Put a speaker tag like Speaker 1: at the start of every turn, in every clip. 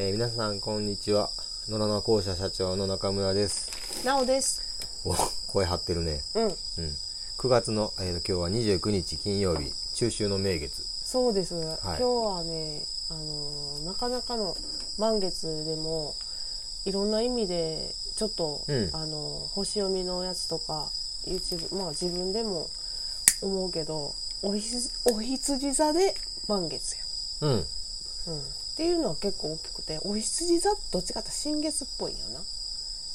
Speaker 1: えー皆さんこんにちは野良の校舎社長の中村です
Speaker 2: なおです。
Speaker 1: お声張ってるね
Speaker 2: うん。
Speaker 1: うん9月の、えー今日は29日金曜日中秋の名月
Speaker 2: そうです。今
Speaker 1: い
Speaker 2: 日はね、あのーなかなかの満月でも、いろんな意味で、ちょっと、
Speaker 1: うん
Speaker 2: あのー星読みのやつとか、YouTube、まあ自分でも思うけど、おひつ、おひつじ座で満月や。
Speaker 1: うん
Speaker 2: うん。っていうのは結構大きくて、おひつじ座どっちかって新月っぽいんよ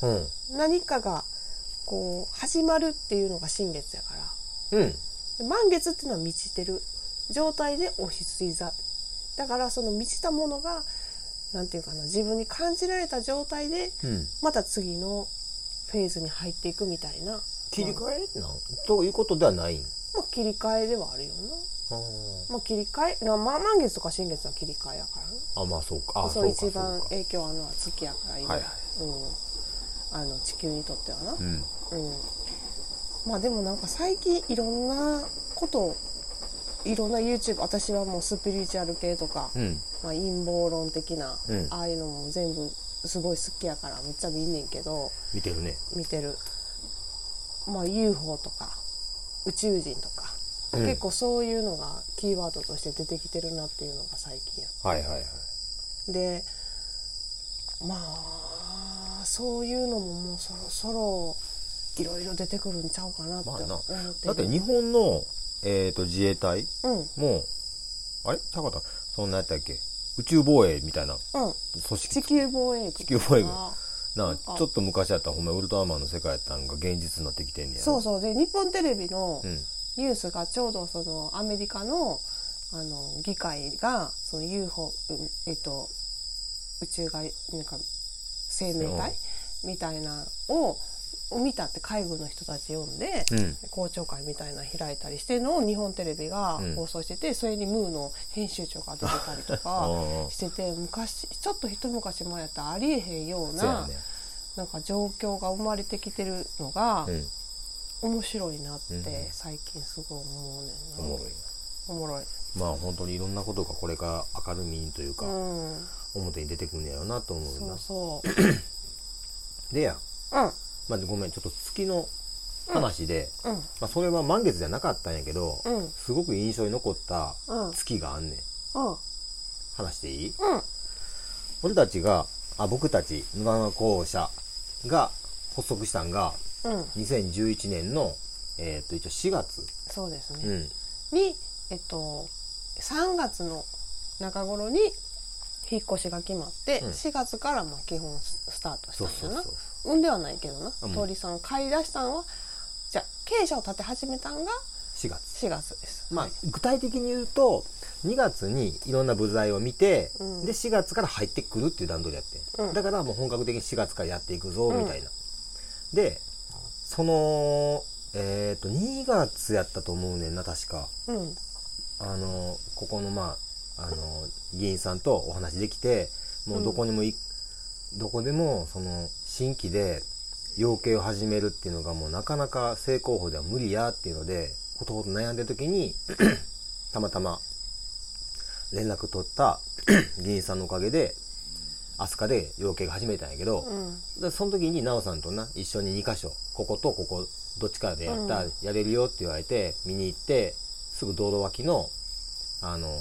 Speaker 2: な。
Speaker 1: うん
Speaker 2: 何かが、こう、始まるっていうのが新月やから。
Speaker 1: うん
Speaker 2: で満月っていうのは満ちてる状態でお羊座だからその満ちたものがなんていうかな自分に感じられた状態で
Speaker 1: うん
Speaker 2: また次のフェーズに入っていくみたいな
Speaker 1: 切り替えなんということではないん
Speaker 2: まあ、切り替えではあるよな、
Speaker 1: あ
Speaker 2: まあ、切り替えな、まあ、満月とか新月は切り替えやからな
Speaker 1: ーあまあそうかあ
Speaker 2: そう
Speaker 1: か
Speaker 2: 一番
Speaker 1: そうか
Speaker 2: 影響あるのは月やから今、
Speaker 1: はいはい
Speaker 2: うん、あの地球にとってはな、
Speaker 1: うん
Speaker 2: うん、まあでもなんか最近いろんなことをいろんな YouTube 私はもうスピリチュアル系とか、
Speaker 1: うん
Speaker 2: まあ、陰謀論的な、
Speaker 1: うん
Speaker 2: ああいうのも全部すごい好きやからめっちゃ見んねんけど
Speaker 1: 見てるね
Speaker 2: 見てる、まあ、UFO とか宇宙人とか、
Speaker 1: うん
Speaker 2: 結構そういうのがキーワードとして出てきてるなっていうのが最近や
Speaker 1: はいはいはい
Speaker 2: でまあそういうのももうそろそろいろいろ出てくるんちゃうかなって
Speaker 1: ま
Speaker 2: 思
Speaker 1: あな
Speaker 2: って
Speaker 1: だって
Speaker 2: る、
Speaker 1: 日本の、えー、と自衛隊
Speaker 2: うん
Speaker 1: もうあれ高田そんなやったっけ宇宙防衛みたいな
Speaker 2: うん
Speaker 1: 組織
Speaker 2: 地球防衛軍地
Speaker 1: 球防衛軍な
Speaker 2: か
Speaker 1: ちょっと昔やったらほんまウルトラマンの世界やったんが現実になってきてんねや
Speaker 2: そううそうで日本テレビの
Speaker 1: うん
Speaker 2: ニュースがちょうどそのアメリカのあの議会がその UFO、うんえっと、宇宙外なんか生命体みたいなを見たって海軍の人たち呼んで、
Speaker 1: うん
Speaker 2: 公聴会みたいなの開いたりしてるのを日本テレビが
Speaker 1: うん
Speaker 2: 放送してて、それにムーの編集長が出てたり と
Speaker 1: あ
Speaker 2: か
Speaker 1: あ
Speaker 2: してて昔ちょっと一昔前やったらありえへんよう
Speaker 1: そうや
Speaker 2: な
Speaker 1: ね
Speaker 2: なんか状況が生まれてきてるのが
Speaker 1: うん
Speaker 2: 面白いなっ
Speaker 1: うん
Speaker 2: て最近すごい思うねんな。
Speaker 1: おもろいな
Speaker 2: おもろい。
Speaker 1: まあ本当にいろんなことがこれから明るみにという
Speaker 2: う
Speaker 1: か、
Speaker 2: ん。
Speaker 1: 表に出てくんねやろなと思う
Speaker 2: そ
Speaker 1: な
Speaker 2: うそう。
Speaker 1: でや、
Speaker 2: う
Speaker 1: まあ、ごめんちょっと月の話で、
Speaker 2: ん。うん。
Speaker 1: まあ、それは満月じゃなかったんやけど、
Speaker 2: うん
Speaker 1: すごく印象に残った
Speaker 2: うん
Speaker 1: 月があんねん
Speaker 2: うん。
Speaker 1: 話していい
Speaker 2: うん。
Speaker 1: 俺たちがあ僕たち野良の校舎が発足したんが
Speaker 2: うん。
Speaker 1: 2011年の、えー、と一応4月、
Speaker 2: そうです
Speaker 1: う
Speaker 2: ね。
Speaker 1: ん、
Speaker 2: に、えっと、3月の中頃に引っ越しが決まって、
Speaker 1: うん
Speaker 2: 4月からまあ基本ススタートした
Speaker 1: そ
Speaker 2: ん
Speaker 1: う
Speaker 2: だ
Speaker 1: そう
Speaker 2: よ
Speaker 1: そ
Speaker 2: な
Speaker 1: う。
Speaker 2: 産んではないけどな。
Speaker 1: うん
Speaker 2: 通りさん買い出したんは、じゃあ経営者を立て始めたんが
Speaker 1: 4月
Speaker 2: 4月です。
Speaker 1: まあ具体的に言うと2月にいろんな部材を見て、
Speaker 2: うん
Speaker 1: で4月から入ってくるっていう段取りやってん、
Speaker 2: うん
Speaker 1: だからもう本格的に4月からやっていくぞ
Speaker 2: うん
Speaker 1: みたいな、でそのえっ、と2月やったと思うねんな確か
Speaker 2: うん。
Speaker 1: あのここのまああの議員さんとお話できてもうどこにもい、どこでもその新規で養鶏を始めるっていうのがもうなかなか正候補では無理やっていうのでことほど悩んでる時に たまたま連絡取った 議員さんのおかげで飛鳥で養鶏が始めたんやけど、
Speaker 2: うん。
Speaker 1: でその時に奈緒さんとな一緒に2箇所こことここどっちかでやったらやれるよって言われて、見に行ってすぐ道路脇のあのー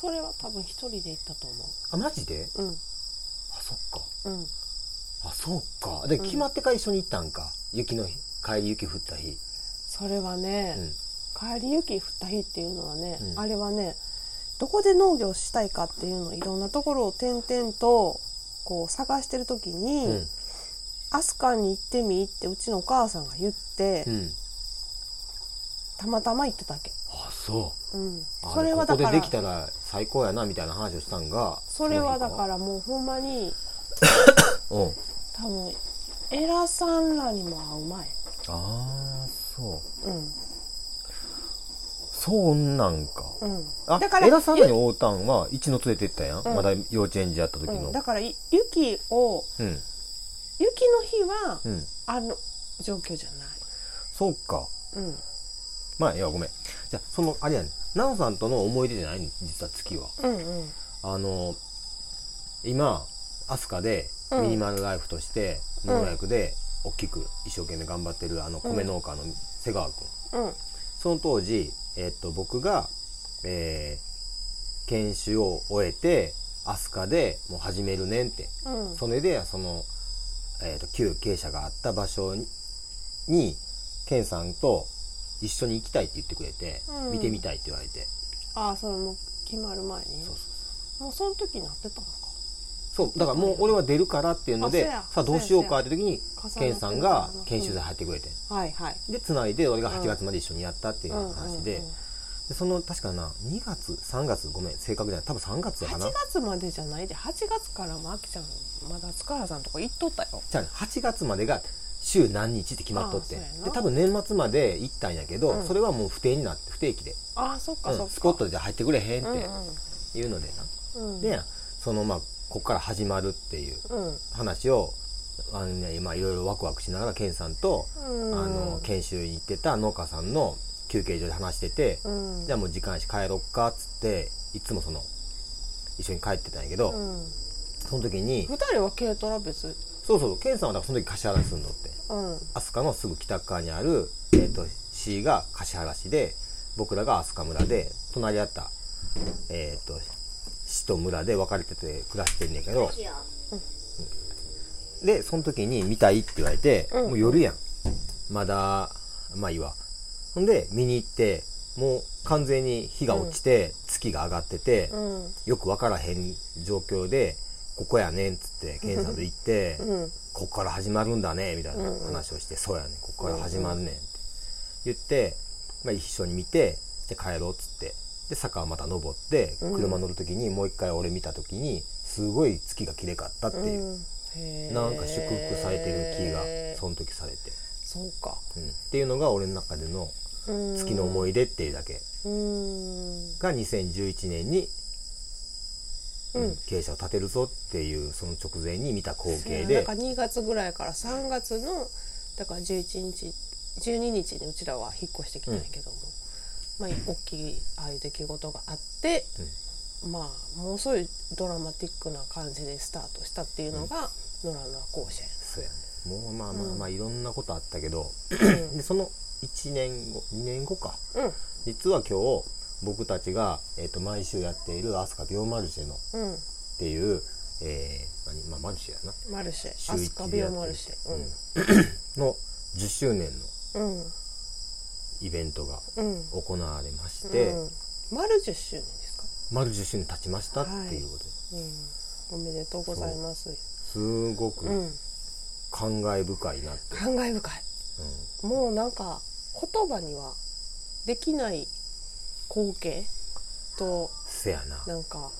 Speaker 2: それは多分一人で行ったと思
Speaker 1: あマジで
Speaker 2: う。うん。
Speaker 1: あそっか
Speaker 2: うん。
Speaker 1: あそっかで
Speaker 2: うん
Speaker 1: 決まってから一緒に行ったんか雪の日帰り雪降った日
Speaker 2: それはね、
Speaker 1: うん
Speaker 2: 帰り雪降った日っていうのはね、
Speaker 1: うん
Speaker 2: あれはねどこで農業したいかっていうのをいろんなところを転々とこう探してる時に
Speaker 1: うん
Speaker 2: 「飛鳥に行ってみ」ってうちのお母さんが言って、
Speaker 1: うん
Speaker 2: たまたま行ってたわけ、
Speaker 1: あそう
Speaker 2: うん、
Speaker 1: あ
Speaker 2: それはだ
Speaker 1: こ
Speaker 2: か
Speaker 1: こで
Speaker 2: ら
Speaker 1: できたら最高やなみたいな話をしたんが
Speaker 2: それはだかららもうほんまに
Speaker 1: うん
Speaker 2: 多分偉さんらにも会う前、
Speaker 1: ああそう
Speaker 2: うん
Speaker 1: そんなんか、
Speaker 2: うん、
Speaker 1: あ
Speaker 2: だ
Speaker 1: だ
Speaker 2: か
Speaker 1: からら枝さんらに会うたんは一の連れてったやん、
Speaker 2: うん
Speaker 1: まだ幼稚園児やった時
Speaker 2: う
Speaker 1: の
Speaker 2: ん、だからい雪を
Speaker 1: うん
Speaker 2: 雪の日は、
Speaker 1: うん、
Speaker 2: あの状況じゃない、
Speaker 1: そうか。
Speaker 2: うん、
Speaker 1: まあ、いや、ごめん。じゃあその、あれやねん。ナオさんとの思い出じゃないねん実は月は。
Speaker 2: うんうん
Speaker 1: あの、今アスカで
Speaker 2: うん
Speaker 1: ミニマルライフとして農薬で大きく一生懸命頑張ってるあの米農家の瀬川君、
Speaker 2: うん
Speaker 1: その当時、えっと僕が、えー研修を終えてアスカでもう始めるねんって
Speaker 2: うん
Speaker 1: それでその、えー、と旧鶏舎があった場所ににケンさんと一緒に行きたいって言ってくれて、
Speaker 2: うん
Speaker 1: 見てみたいって言われて
Speaker 2: ああそれもう決まる前に
Speaker 1: そうそ
Speaker 2: もうその時になってたのか
Speaker 1: うそうそうだからもう俺は出るからっていうので
Speaker 2: あそうや
Speaker 1: さあどうしようかって時に
Speaker 2: そうやそう
Speaker 1: ケ
Speaker 2: や
Speaker 1: ンさんが
Speaker 2: 重なってる
Speaker 1: 研修で入ってくれて、
Speaker 2: はいはい
Speaker 1: でつないで俺が8月まで一緒にやったっていう
Speaker 2: うん
Speaker 1: 話で,、
Speaker 2: うんうん
Speaker 1: でその確かな2月3月ごめん正確じゃない多分3月かな
Speaker 2: 8月までじゃないで8月からもあきちゃんまだ塚原さんとか行っとったよ
Speaker 1: じゃあ8月までが週何日って決まっとって
Speaker 2: ああそうやな
Speaker 1: で多分年末まで行ったんやけど、
Speaker 2: うん
Speaker 1: それはもう不定になって不定期で、
Speaker 2: ああそっかそっ
Speaker 1: う
Speaker 2: か、
Speaker 1: ん、スコットじゃ入ってくれへんっ
Speaker 2: うん
Speaker 1: ていうのでな、
Speaker 2: うんうん
Speaker 1: でそのまあこっから始まるっていう
Speaker 2: うん
Speaker 1: 話をあの、ね、今いろいろワクワクしながらケンさんと、
Speaker 2: うん
Speaker 1: あの研修に行ってた農家さんの休憩所で話してて、
Speaker 2: うん
Speaker 1: じゃあもう時間やし帰ろっかっつっていつもその一緒に帰ってたんやけど、
Speaker 2: うん
Speaker 1: その時に
Speaker 2: 二人は軽トラ別
Speaker 1: そうそうケンさんはだからその時橿原に住んどって。
Speaker 2: うん
Speaker 1: 飛鳥のすぐ北側にある、えー、と C が橿原市で僕らが飛鳥村で隣り合った、えー、と市と村で分かれてて暮らしてんねんけど、でその時に見たいって言われて、
Speaker 2: うん
Speaker 1: もう夜やんまだまあいいわほんで見に行ってもう完全に日が落ちて、月が上がってて、
Speaker 2: うん
Speaker 1: よく分からへん状況でここやねんっつって検査で行って、
Speaker 2: うん
Speaker 1: こっから始まるんだねみたいな話をして、そうやねこっから始まるねんって言って、まあ、一緒に見てじゃあ帰ろうっつってで坂をまた登って
Speaker 2: うん
Speaker 1: 車乗る時にもう一回俺見た時にすごい月がきれかったっていう、
Speaker 2: へー
Speaker 1: なんか祝福されてる気がその時されて、
Speaker 2: そうか
Speaker 1: うん、っていうのが俺の中での月の思い出っていうだけ
Speaker 2: うん
Speaker 1: が2011年に、うん
Speaker 2: うん
Speaker 1: 傾斜を立てるぞっていうその直前に見た光景
Speaker 2: だ
Speaker 1: で
Speaker 2: から2月ぐらいから3月のだから11日12日にうちらは引っ越してきたんやけども、まあ、大きいああいう出来事があって、まあもうそういうドラマティックな感じでスタートしたっていうのが野良の校舎や
Speaker 1: そうやねもうまあまあまあいろんなことあったけど、でその1年後2年後か
Speaker 2: ね
Speaker 1: 実は今日僕たちが、えー、と毎週やっている「アスカビオマルシェの」っ
Speaker 2: うんうん
Speaker 1: ていう、えー何まあ、マルシェやな
Speaker 2: マルシェ
Speaker 1: 週
Speaker 2: ア
Speaker 1: 一
Speaker 2: スカビオマルシ
Speaker 1: でやって
Speaker 2: ェ
Speaker 1: の10周年の
Speaker 2: うんうん
Speaker 1: イベントが
Speaker 2: うん
Speaker 1: 行われまして、
Speaker 2: うん、丸10周年ですか
Speaker 1: 丸10周年経ちましたっていうことで、
Speaker 2: うんおめでとうございます
Speaker 1: すご
Speaker 2: う
Speaker 1: く
Speaker 2: ん
Speaker 1: 感慨深いなって、
Speaker 2: 感慨深いもうなんか言葉にはできない光景と
Speaker 1: せやな
Speaker 2: なんか、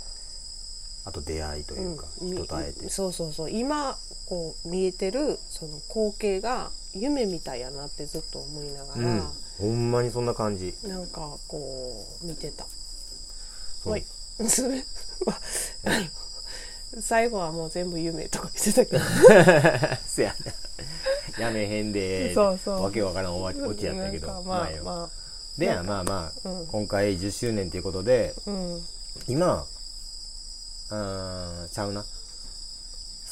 Speaker 1: あと出会いというか、
Speaker 2: み
Speaker 1: 人と会えて
Speaker 2: そうそうそう今こう見えてるその光景が夢みたいやなってずっと思いなが
Speaker 1: う
Speaker 2: ら
Speaker 1: ん、ほんまにそんな感じ
Speaker 2: なんかこう見てた。
Speaker 1: そう
Speaker 2: はい、最後はもう全部夢とか言ってたけど
Speaker 1: せやな やめへんで
Speaker 2: そうそう
Speaker 1: わけわからんおちオチやったけど
Speaker 2: なんかまあ
Speaker 1: 前は
Speaker 2: ま
Speaker 1: でまあまあ、
Speaker 2: うん
Speaker 1: 今回10周年ということで
Speaker 2: あうん
Speaker 1: 今あーちゃうな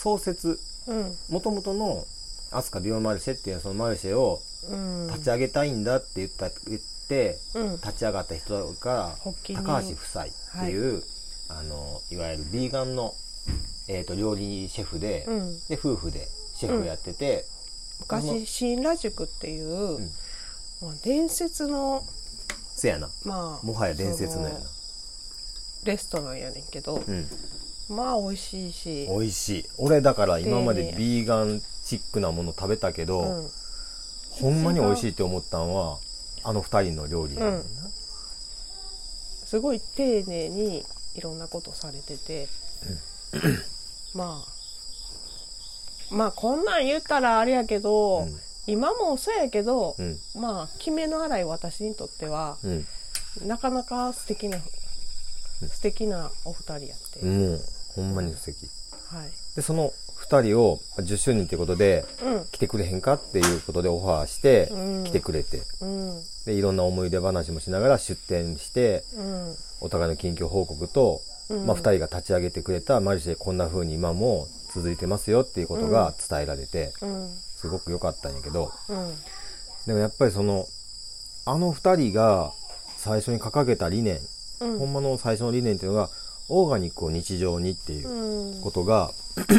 Speaker 1: 創設
Speaker 2: うん
Speaker 1: もともとの飛鳥ビオマルシェっていうそのマルシェを
Speaker 2: うん
Speaker 1: 立ち上げたいんだって言った、言って
Speaker 2: うん
Speaker 1: 立ち上がった人が
Speaker 2: 発起人
Speaker 1: 高橋夫妻っていう、い、あのいわゆるビーガンの、えー、と料理シェフで,、
Speaker 2: うん
Speaker 1: で夫婦でシェフをやってて、
Speaker 2: 昔新羅塾っていう、
Speaker 1: ん
Speaker 2: まあ、伝説の
Speaker 1: せやな
Speaker 2: まあ
Speaker 1: もはや伝説のや
Speaker 2: そレストランやねんけど、
Speaker 1: な、うん、
Speaker 2: まあ美味しいし
Speaker 1: 美味しい俺だから今ま
Speaker 2: 丁
Speaker 1: で
Speaker 2: 寧
Speaker 1: ビーガンチックなもの食べたけど、
Speaker 2: うん、
Speaker 1: ほんまに美味しいって思ったんはあの二人の料理やねんな、
Speaker 2: すごい丁寧にいろんなことされてて、まあまあこんなん言ったらあれやけど、
Speaker 1: うん
Speaker 2: 今もそうやけど、
Speaker 1: うん
Speaker 2: まあ決めの荒い私にとっては、
Speaker 1: うん
Speaker 2: なかなか素敵な素敵なお二人やって、
Speaker 1: もうほんまに素敵
Speaker 2: はい、
Speaker 1: でその二人を10周年ってことで
Speaker 2: うん
Speaker 1: 来てくれへんかっていうことでオファーして
Speaker 2: うん
Speaker 1: 来てくれて、
Speaker 2: うん
Speaker 1: でいろんな思い出話もしながら出店して
Speaker 2: うん
Speaker 1: お互いの近況報告と
Speaker 2: うん
Speaker 1: まあ、2人が立ち上げてくれたマルシェこんな風に今も続いてますよっていうことが伝えられて
Speaker 2: うん
Speaker 1: すごく良かったんやけど
Speaker 2: うん
Speaker 1: でもやっぱりそのあの2人が最初に掲げた理念、
Speaker 2: うん
Speaker 1: ほんまの最初の理念っていうのがオーガニックを日常にっていう
Speaker 2: うん
Speaker 1: ことが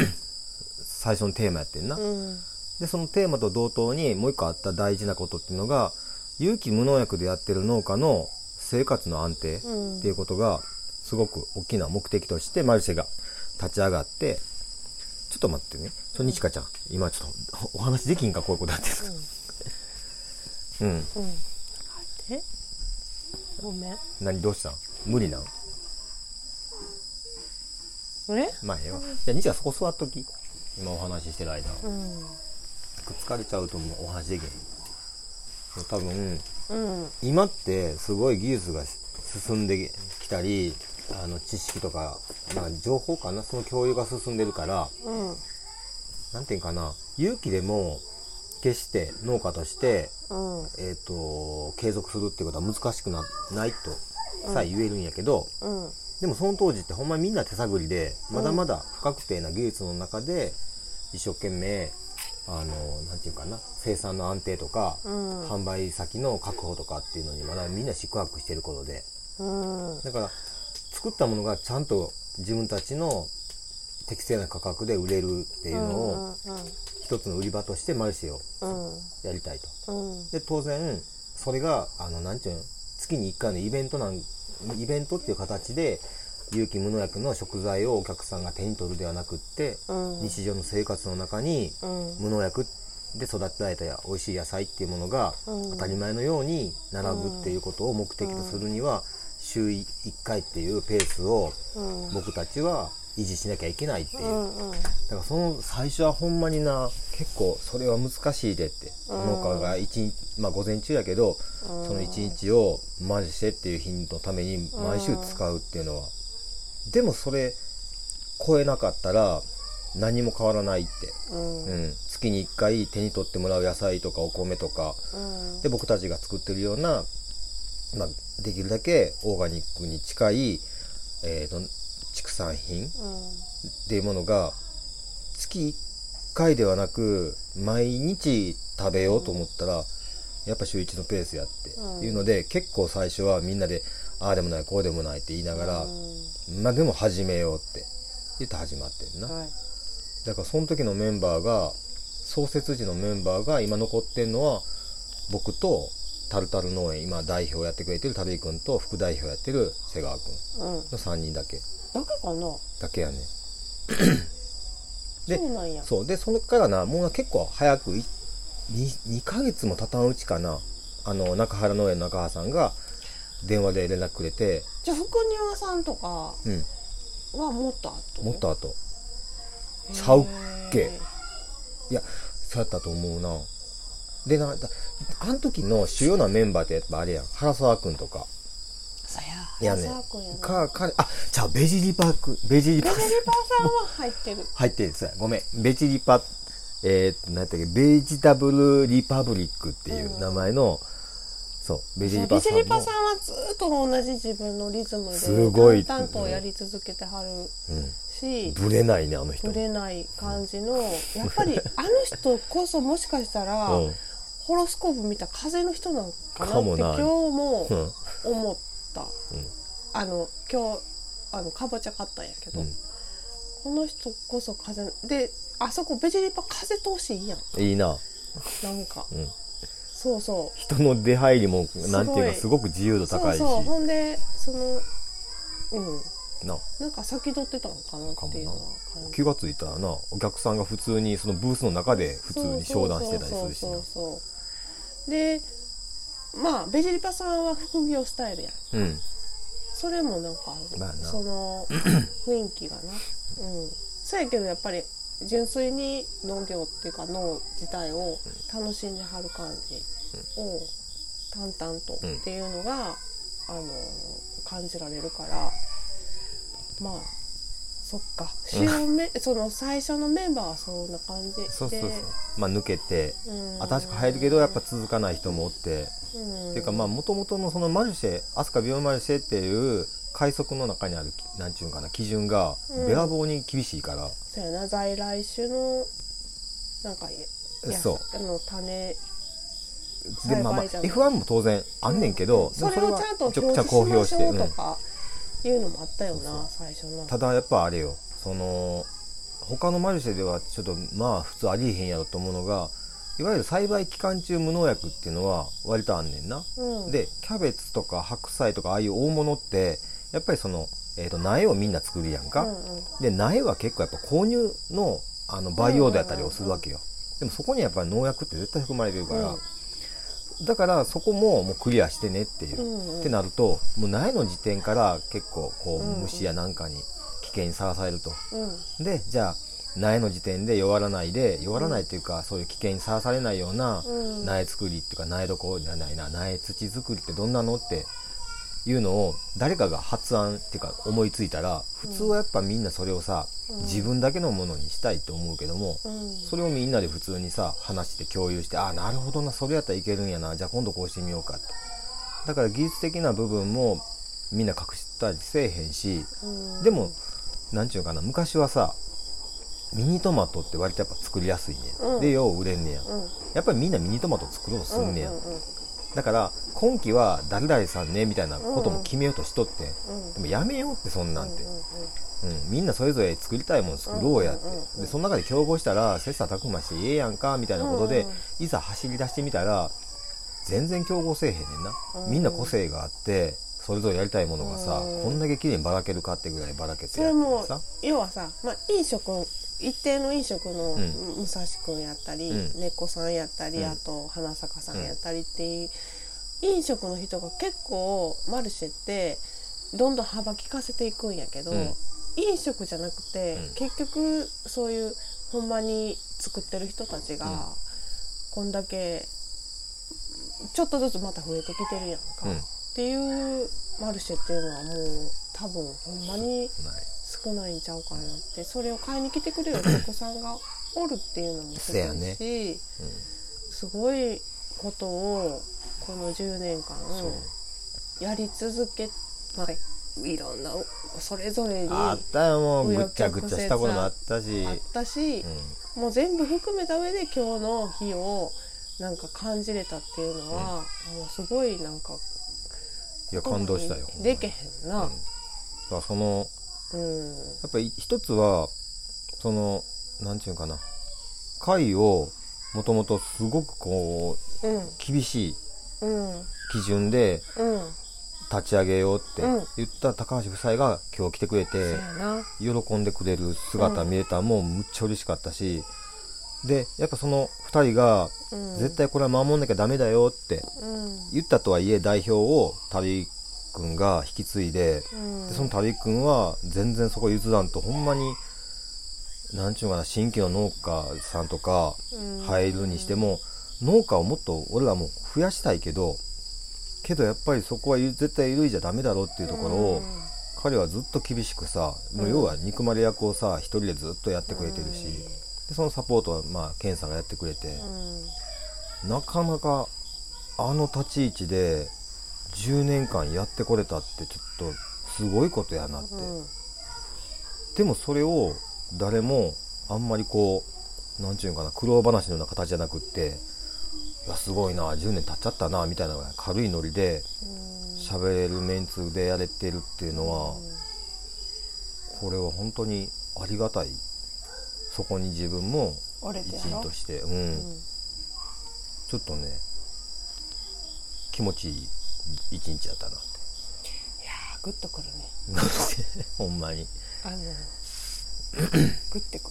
Speaker 1: 最初のテーマやってんな。
Speaker 2: うん
Speaker 1: でそのテーマと同等にもう一個あった大事なことっていうのが有機無農薬でやってる農家の生活の安定
Speaker 2: うん
Speaker 1: っていうことがすごく大きな目的としてマルシェが立ち上がってちょっと待ってねそのにちかちゃん今ちょっとおお話できんかこういうことやってるうん、
Speaker 2: うんえごめんあ
Speaker 1: 何どうしたん無理なん
Speaker 2: れ
Speaker 1: まあええわじゃあにちかそこ座っとき今お話ししてる間
Speaker 2: うん
Speaker 1: 疲れちゃうともうお話できへん多分
Speaker 2: うん
Speaker 1: 今ってすごい技術が進んできたりあの知識とか、まあ、情報かなその共有が進んでるから
Speaker 2: うん
Speaker 1: 何て言うかな勇気でも決して農家として、
Speaker 2: うん
Speaker 1: えー、と継続するってことは難しくなないとさえ言えるんやけど、
Speaker 2: うん
Speaker 1: でもその当時ってほんまみんな手探りでまだまだ不確定な技術の中で一生懸命あのなんていうかな生産の安定とか、
Speaker 2: うん
Speaker 1: 販売先の確保とかっていうのにまだみんな宿泊してることで
Speaker 2: うん
Speaker 1: だから作ったものがちゃんと自分たちの適正な価格で売れるっていうのを一つの売り場としてマルシェを
Speaker 2: うんうん
Speaker 1: やりたいと。
Speaker 2: うん
Speaker 1: で当然それがあのなんていうの月に1回のイベントなんイベントっていう形で有機無農薬の食材をお客さんが手に取るではなくって、
Speaker 2: うん
Speaker 1: 日常の生活の中に
Speaker 2: うん
Speaker 1: 無農薬で育てられた美味しい野菜っていうものが
Speaker 2: うん
Speaker 1: 当たり前のように並ぶっていうことを目的とするには週1回っていうペースを
Speaker 2: うん
Speaker 1: 僕たちは維持しなきゃいけないっていううん
Speaker 2: うん
Speaker 1: だからその最初はほんまにな結構それは難しいでって
Speaker 2: うん
Speaker 1: 農家が一日まあ午前中やけどその一日をマジしてっていう日のために毎週使うっていうのはでもそれ超えなかったら何も変わらないって、
Speaker 2: うん
Speaker 1: うん、月に1回手に取ってもらう野菜とかお米とか
Speaker 2: うん
Speaker 1: で僕たちが作ってるような、まあ、できるだけオーガニックに近い、えーと畜産品
Speaker 2: うん
Speaker 1: っていうものが月1回ではなく毎日食べようと思ったら、やっぱ週1のペースやって、
Speaker 2: うん
Speaker 1: いうので結構最初はみんなでああでもないこうでもないって言いながら、まあでも始めようって言って始まってんな、
Speaker 2: はい
Speaker 1: だからその時のメンバーが創設時のメンバーが今残ってんのは僕とタルタル農園今代表やってくれてる旅君と副代表やってる瀬川君
Speaker 2: うん
Speaker 1: の3人だけ
Speaker 2: だけかな
Speaker 1: だけやねんで
Speaker 2: そうなんや
Speaker 1: そうでそれからなもう結構早く 2, 2ヶ月も経たんうちかなあの中原農園の中原さんが電話で連絡くれて
Speaker 2: じゃあ副乳さんとかは
Speaker 1: うん
Speaker 2: もっと後
Speaker 1: もっと後ちゃ
Speaker 2: へ
Speaker 1: うっ
Speaker 2: ー
Speaker 1: けいやそうやったと思うなでなだあの時の主要なメンバーってやっぱあれやん原沢君とか
Speaker 2: そ
Speaker 1: いや
Speaker 2: や
Speaker 1: ね
Speaker 2: 朝子やな
Speaker 1: か彼あじゃあベジリパークベジリパー
Speaker 2: ベ
Speaker 1: ク
Speaker 2: ジリパさんは入ってる
Speaker 1: 入ってるそうやごめんベジリパえー、っと何やったっけベジタブルリパブリックっていう名前の、そうベジリ
Speaker 2: ベ
Speaker 1: パ
Speaker 2: ジ
Speaker 1: さん
Speaker 2: リ
Speaker 1: も
Speaker 2: パさんはずっと同じ自分のリズム
Speaker 1: すご
Speaker 2: で
Speaker 1: い
Speaker 2: 淡々とやり続けてはるし、
Speaker 1: ぶれないねあの人
Speaker 2: ぶれない感じのやっぱりあの人こそもしかしたら、
Speaker 1: うん
Speaker 2: ホロスコープ見た風の人なのかな
Speaker 1: か
Speaker 2: って
Speaker 1: も
Speaker 2: 今
Speaker 1: な
Speaker 2: 日も
Speaker 1: うん
Speaker 2: 思った、あの今日あのかぼちゃ買ったんやけど、
Speaker 1: うん
Speaker 2: この人こそ風であそこベジリパ風通しいいやん
Speaker 1: いいな、
Speaker 2: なんか
Speaker 1: うん、
Speaker 2: そうそう
Speaker 1: 人の出入りも
Speaker 2: い
Speaker 1: なんていうかすごく自由度高いし
Speaker 2: そうそうほんでそのうん
Speaker 1: な
Speaker 2: なんか先取ってたのかなっていうのは感じ
Speaker 1: 気がついたらなお客さんが普通にそのブースの中で普通に商談してたりするし
Speaker 2: そう
Speaker 1: な
Speaker 2: そうそうそうでまあベジリパさんは副業スタイルやん
Speaker 1: うん
Speaker 2: それもなんか、
Speaker 1: まあな
Speaker 2: そ の雰囲気がなうんそうやけどやっぱり純粋に農業っていうか農自体を楽しんではる感じを淡々と
Speaker 1: うん
Speaker 2: っていうのが、あの感じられるからまあそっか主要めその最初のメンバーはそんな感じで
Speaker 1: そうそうそうまあ抜けて
Speaker 2: うん
Speaker 1: 新しく入るけどやっぱ続かない人もおって、
Speaker 2: うん
Speaker 1: っていうかまあもともとのそのマルシェ飛鳥ビオマルシェっていう快速の中にあるきなんちゅうんかな基準が
Speaker 2: うん
Speaker 1: べらぼうに厳しいから、
Speaker 2: そうやな在来種のなんかや
Speaker 1: そう
Speaker 2: あの種
Speaker 1: でまあまあ
Speaker 2: 栽培じゃない
Speaker 1: F1 も当然あんねんけど、で
Speaker 2: そ
Speaker 1: も
Speaker 2: れをちゃんと
Speaker 1: め
Speaker 2: 表示
Speaker 1: 公
Speaker 2: しま
Speaker 1: 表
Speaker 2: し
Speaker 1: して、
Speaker 2: ょ
Speaker 1: う
Speaker 2: うんとかいうのもあったよな、
Speaker 1: そう
Speaker 2: 最初な
Speaker 1: ただやっぱあれよその他のマルシェではちょっとまあ普通ありえへんやろと思うのがいわゆる栽培期間中無農薬っていうのは割とあんねんな、
Speaker 2: うん、
Speaker 1: でキャベツとか白菜とかああいう大物ってやっぱりその、えー、と苗をみんな作るやん
Speaker 2: う
Speaker 1: か、
Speaker 2: んうん
Speaker 1: で苗は結構やっぱ購入のあの培養土やったりをするわけよ、でもそこにやっぱり農薬って絶対含まれてるから、だからそこももうクリアしてねっていう、
Speaker 2: うんうん
Speaker 1: ってなるともう苗の時点から結構こう
Speaker 2: うんうん
Speaker 1: 虫やなんかに危険にさらされると、
Speaker 2: うん
Speaker 1: でじゃあ苗の時点で弱らないで弱らないっていうか、そういう危険にさらされないような
Speaker 2: うん
Speaker 1: 苗作りっていうか苗床じゃないな苗土作りってどんなのっていうのを誰かが発案っていうか思いついたら普通はやっぱみんなそれをさ、
Speaker 2: うん
Speaker 1: 自分だけのものにしたいと思うけども、
Speaker 2: うん
Speaker 1: それをみんなで普通にさ話して共有してああなるほどなそれやったらいけるんやなじゃあ今度こうしてみようかとだから技術的な部分もみんな隠したりせえへんし
Speaker 2: うん
Speaker 1: でも何ちゅうかな昔はさミニトマトって割とやっぱ作りやすいね、
Speaker 2: うん
Speaker 1: ん、でよう売れんねや、
Speaker 2: うん
Speaker 1: やっぱりみんなミニトマト作ろうとすんねや、
Speaker 2: うんうん
Speaker 1: だから今期は誰々さんねみたいなことも決めようとしとって、
Speaker 2: うん
Speaker 1: でもやめようってそんなんて、
Speaker 2: ううんうん
Speaker 1: うん、みんなそれぞれ作りたいもの作ろうやって、
Speaker 2: うんうんうん
Speaker 1: でその中で競合したら切磋琢磨してええやんかみたいなことで、
Speaker 2: うんうん
Speaker 1: いざ走り出してみたら全然競合せえへんねんな、
Speaker 2: うんうん
Speaker 1: みんな個性があってそれぞれやりたいものがさ、
Speaker 2: うん
Speaker 1: こんだけ綺麗にばらけるかってぐらいばらけて
Speaker 2: そ
Speaker 1: や
Speaker 2: れ
Speaker 1: って
Speaker 2: も
Speaker 1: るさ
Speaker 2: 要はさ、まあ、飲食一定の飲食の
Speaker 1: うん
Speaker 2: 武蔵君やったり、
Speaker 1: うん
Speaker 2: 猫さんやったり、
Speaker 1: うん
Speaker 2: あと花坂さんやったりっていう、飲食の人が結構マルシェってどんどん幅利かせていくんやけど、
Speaker 1: うん
Speaker 2: 飲食じゃなくて、
Speaker 1: うん
Speaker 2: 結局そういうほんまに作ってる人たちが、
Speaker 1: うん
Speaker 2: こんだけちょっとずつまた増えてきてるやん
Speaker 1: う
Speaker 2: か、
Speaker 1: ん
Speaker 2: っ
Speaker 1: ない
Speaker 2: ていうマルシェっていうのはもう多分ほんまに。少ないんちゃうかなってそれを買いに来てくれるお子さんがおるっていうのもすご
Speaker 1: せ
Speaker 2: い
Speaker 1: やね
Speaker 2: し、
Speaker 1: うん
Speaker 2: すごいことをこの10年間
Speaker 1: そう
Speaker 2: やり続けまあいろんなそれぞれに
Speaker 1: あ
Speaker 2: あ
Speaker 1: ったよもうぐっちゃぐっちゃしたこともあったし、うん
Speaker 2: ったし、もう全部含めた上で今日の日をなんか感じれたっていうのは、もうすごいなんか
Speaker 1: いや感動したよ
Speaker 2: でけへん
Speaker 1: うん
Speaker 2: な
Speaker 1: だからその
Speaker 2: うん、うん
Speaker 1: やっぱり一つはそのなんていうかな貝をもともとすごくこう
Speaker 2: うん
Speaker 1: 厳しい
Speaker 2: うん
Speaker 1: 基準で
Speaker 2: うん
Speaker 1: 立ち上げようって
Speaker 2: うん
Speaker 1: 言った高橋夫妻が今日来てくれ
Speaker 2: そう
Speaker 1: て
Speaker 2: やな
Speaker 1: 喜んでくれる姿見れたのもうむっちゃ嬉しかったしでやっぱその2人が
Speaker 2: うん
Speaker 1: 絶対これは守んなきゃダメだよって
Speaker 2: うん
Speaker 1: 言ったとはいえ代表を旅井君が引き継いで
Speaker 2: うん
Speaker 1: でその旅くんは全然そこ譲らんとほんまになんちゅうのかな新規の農家さんとか入るにしても農家をもっと俺らも増やしたいけどけどやっぱりそこはゆ絶対緩いじゃダメだろっていうところを彼はずっと厳しくさもう要は憎まれ役をさ一人でずっとやってくれてるしでそのサポートはまあ健さんがやってくれて
Speaker 2: う
Speaker 1: なかなかあの立ち位置で10年間やってこれたってちょっとすごいことやなって。
Speaker 2: んうん
Speaker 1: でもそれを誰もあんまりこうなんていうのかな苦労話のような形じゃなくっていやすごいな10年経っちゃったなみたいな軽いノリで喋れるメンツでやれてるっていうのはこれは本当にありがたいそこに自分も
Speaker 2: 折れて
Speaker 1: 一
Speaker 2: や
Speaker 1: 員
Speaker 2: ろ
Speaker 1: として、うん
Speaker 2: うん
Speaker 1: ちょっとね気持ちいい一日やったなって
Speaker 2: いやーグッとくるね
Speaker 1: ほんまに
Speaker 2: あのグッてく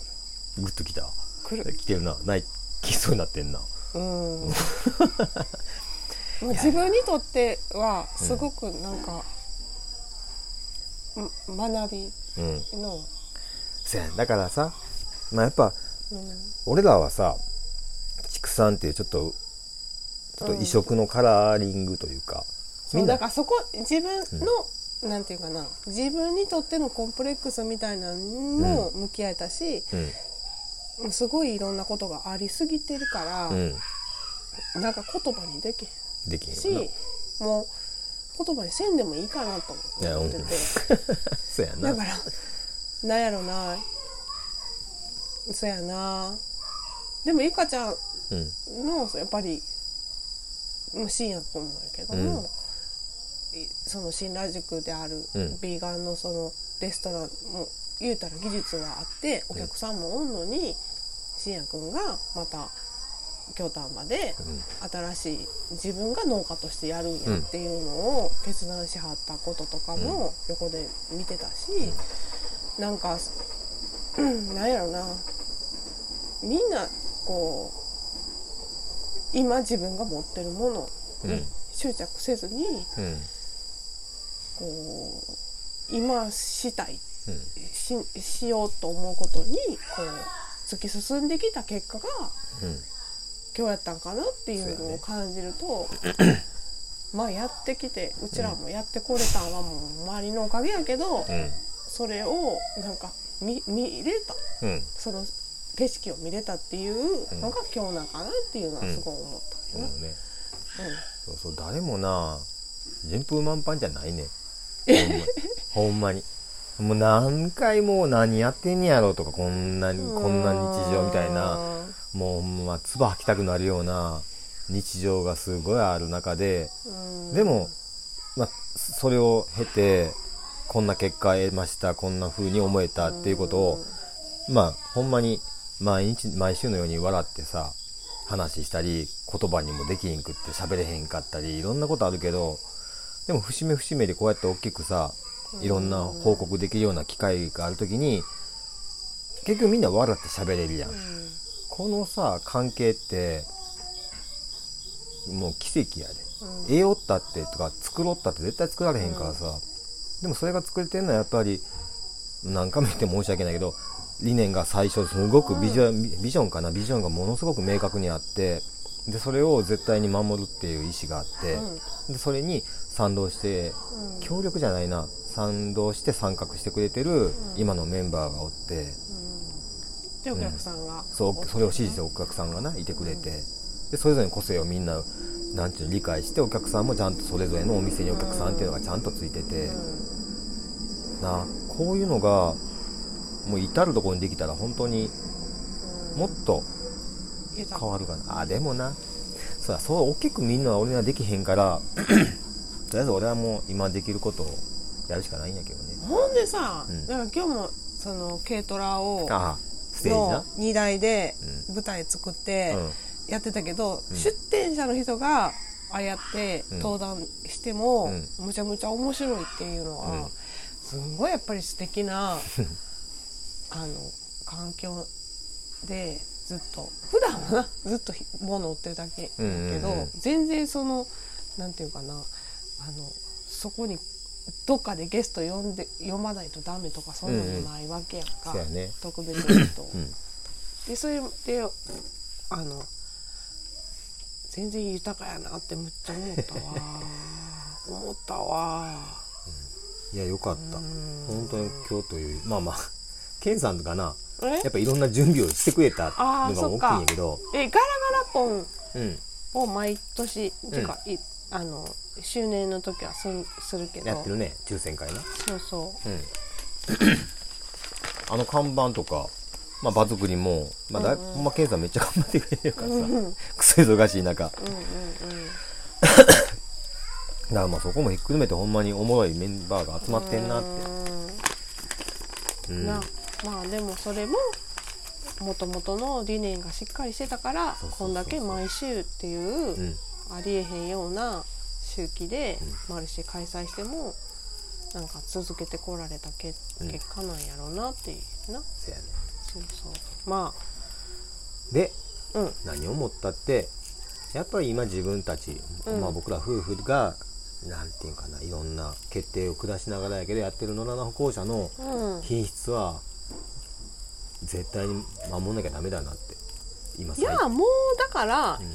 Speaker 2: る
Speaker 1: グッときた
Speaker 2: くる
Speaker 1: 来てるなない来そうになってんな
Speaker 2: うん まあ自分にとってはすごくなんか、ん学び
Speaker 1: うん
Speaker 2: の、
Speaker 1: せやだからさまあやっぱ
Speaker 2: うん
Speaker 1: 俺らはさ畜産っていうちょっとちょっと異色のカラーリングというか、
Speaker 2: そ
Speaker 1: み
Speaker 2: うんだ
Speaker 1: な
Speaker 2: からそこ自分の、なんていうかな自分にとってのコンプレックスみたいなのにも向き合えたし、
Speaker 1: うん
Speaker 2: もうすごいいろんなことがありすぎてるから、
Speaker 1: うん
Speaker 2: なんか言葉にできへん
Speaker 1: できへんよ
Speaker 2: し、もう言葉にせんでもいいかなと
Speaker 1: いや
Speaker 2: 思
Speaker 1: う
Speaker 2: っ
Speaker 1: ん
Speaker 2: てて、
Speaker 1: そうや
Speaker 2: だ
Speaker 1: な
Speaker 2: からなんやろなそうやなでもゆかちゃん
Speaker 1: うん
Speaker 2: のやっぱりまあ深夜と思うんやけども、いその新ラ塾である
Speaker 1: うん
Speaker 2: ビーガンのそのレストランも言うたら技術があってお客さんもおんのに深夜くんがまた京丹波で新しい自分が農家としてやるんやっていうのを決断しはったこととかも横で見てたし、なんか、 うん、なんやろなみんなこう今自分が持ってるもの
Speaker 1: うん
Speaker 2: に執着せずに、
Speaker 1: うん
Speaker 2: こう今したい
Speaker 1: うん
Speaker 2: ししようと思うことにこう突き進んできた結果が
Speaker 1: うん
Speaker 2: 今日やったんかなっていう
Speaker 1: そうや
Speaker 2: のを
Speaker 1: ね
Speaker 2: 感じると、まあやってきてうちらもやってこれたんはもう周りのおかげやけど、
Speaker 1: うん
Speaker 2: それをなんか見見れた
Speaker 1: うん
Speaker 2: その景色を見れたっていうのが今日なんかなっていうのはすごい思った
Speaker 1: そう
Speaker 2: よね。
Speaker 1: ねそ
Speaker 2: うん
Speaker 1: うそう誰もな順風満帆じゃないねんほんまにほんまにもう何回もう何やってんねやろとかこんなにこんな日常みたいなもうほんま唾吐きたくなるような日常がすごいある中で
Speaker 2: うん
Speaker 1: でも、まあ、それを経てこんな結果得ましたこんな風に思えたっていうことをまあほんまに毎日毎週のように笑ってさ話したり言葉にもできんくって喋れへんかったりいろんなことあるけどでも節目節目でこうやって大きくさいろんな報告できるような機会がある時に結局みんな笑って喋れるやん
Speaker 2: うん
Speaker 1: このさ関係ってもう奇跡やで
Speaker 2: うん
Speaker 1: 得よったってとか作ろったって絶対作られへんからさ、でもそれが作れてんのはやっぱり何回も言って申し訳ないけど理念が最初すごくビジョン、ビジョンかなビジョンがものすごく明確にあってでそれを絶対に守るっていう意思があって、でそれに賛同して
Speaker 2: うん
Speaker 1: 協力じゃないな賛同して参画してくれてる今のメンバーがおって。
Speaker 2: でお客さんが、
Speaker 1: そうそれを支持してお客さんがないてくれて、でそれぞれの個性をみんななんていうの理解してお客さんもちゃんとそれぞれのお店にお客さんっていうのがちゃんとついてて、
Speaker 2: うん
Speaker 1: なあこういうのがもう至る所にできたら本当にもっと
Speaker 2: 豊
Speaker 1: 変
Speaker 2: か
Speaker 1: わるかなあでもなそうだそう大きくみんなは俺にはできへんから とりあえず俺はもう今できることをやるしかないんやけどね
Speaker 2: ほんでさ、
Speaker 1: うん
Speaker 2: だから今日もその軽トラを
Speaker 1: ああステージ
Speaker 2: の
Speaker 1: な
Speaker 2: 荷台で
Speaker 1: う
Speaker 2: 舞台作って
Speaker 1: うん
Speaker 2: やってたけど、
Speaker 1: うん
Speaker 2: 出店者の人がああやって
Speaker 1: うん
Speaker 2: 登壇しても、
Speaker 1: う
Speaker 2: むちゃむちゃ面白いっていうのは、
Speaker 1: うん
Speaker 2: すんごいやっぱり素 敵なあの環境でずっと普段はなずっとひ物売ってるだけだけど、
Speaker 1: うんうんうん
Speaker 2: 全然そのなんていうかなあのそこにどっかでゲスト呼んで読まないとダメとかそんなのもないわけやんか、
Speaker 1: うんうんそうやね
Speaker 2: 特別な人を。
Speaker 1: うん
Speaker 2: でそれであの全然豊かやなってむっちゃ思 ったわ思ったわ
Speaker 1: いやよかった本当に今日というまあまあ ケンさんかな
Speaker 2: え
Speaker 1: やっぱいろんな準備をしてくれた
Speaker 2: あー
Speaker 1: のが大き
Speaker 2: そっ
Speaker 1: い
Speaker 2: か
Speaker 1: んやけど
Speaker 2: えガラガラポン
Speaker 1: うん
Speaker 2: を毎年てか、いあの周年の時はするするけど
Speaker 1: やってるね抽選会な
Speaker 2: そうそ
Speaker 1: うんあの看板とかまあ場作りもまあだいほんまケンさんめっちゃ頑張ってくれてるからさ クソ忙しい中だか
Speaker 2: ううんうん うん
Speaker 1: らまあそこもひっくるめてほんまにおもろいメンバーが集まってんなってうん
Speaker 2: なまあでもそれももともとの理念がしっかりしてたから
Speaker 1: そうそうそうそう
Speaker 2: こんだけ毎週っていう、
Speaker 1: うん
Speaker 2: ありえへんような周期でマルシェ開催してもなんか続けてこられたけ、
Speaker 1: うん
Speaker 2: 結果なんやろうなっていうな
Speaker 1: そやね
Speaker 2: そうそうま
Speaker 1: で
Speaker 2: あうん
Speaker 1: 何を思ったってやっぱり今自分たち、
Speaker 2: うん
Speaker 1: まあ、僕ら夫婦がなんていうかないろんな決定を下しながらやけどやってる野良の歩行者の
Speaker 2: うん
Speaker 1: 品質は絶対に守んなきゃダメだなって今
Speaker 2: い
Speaker 1: 最
Speaker 2: やもうだから
Speaker 1: ん
Speaker 2: 品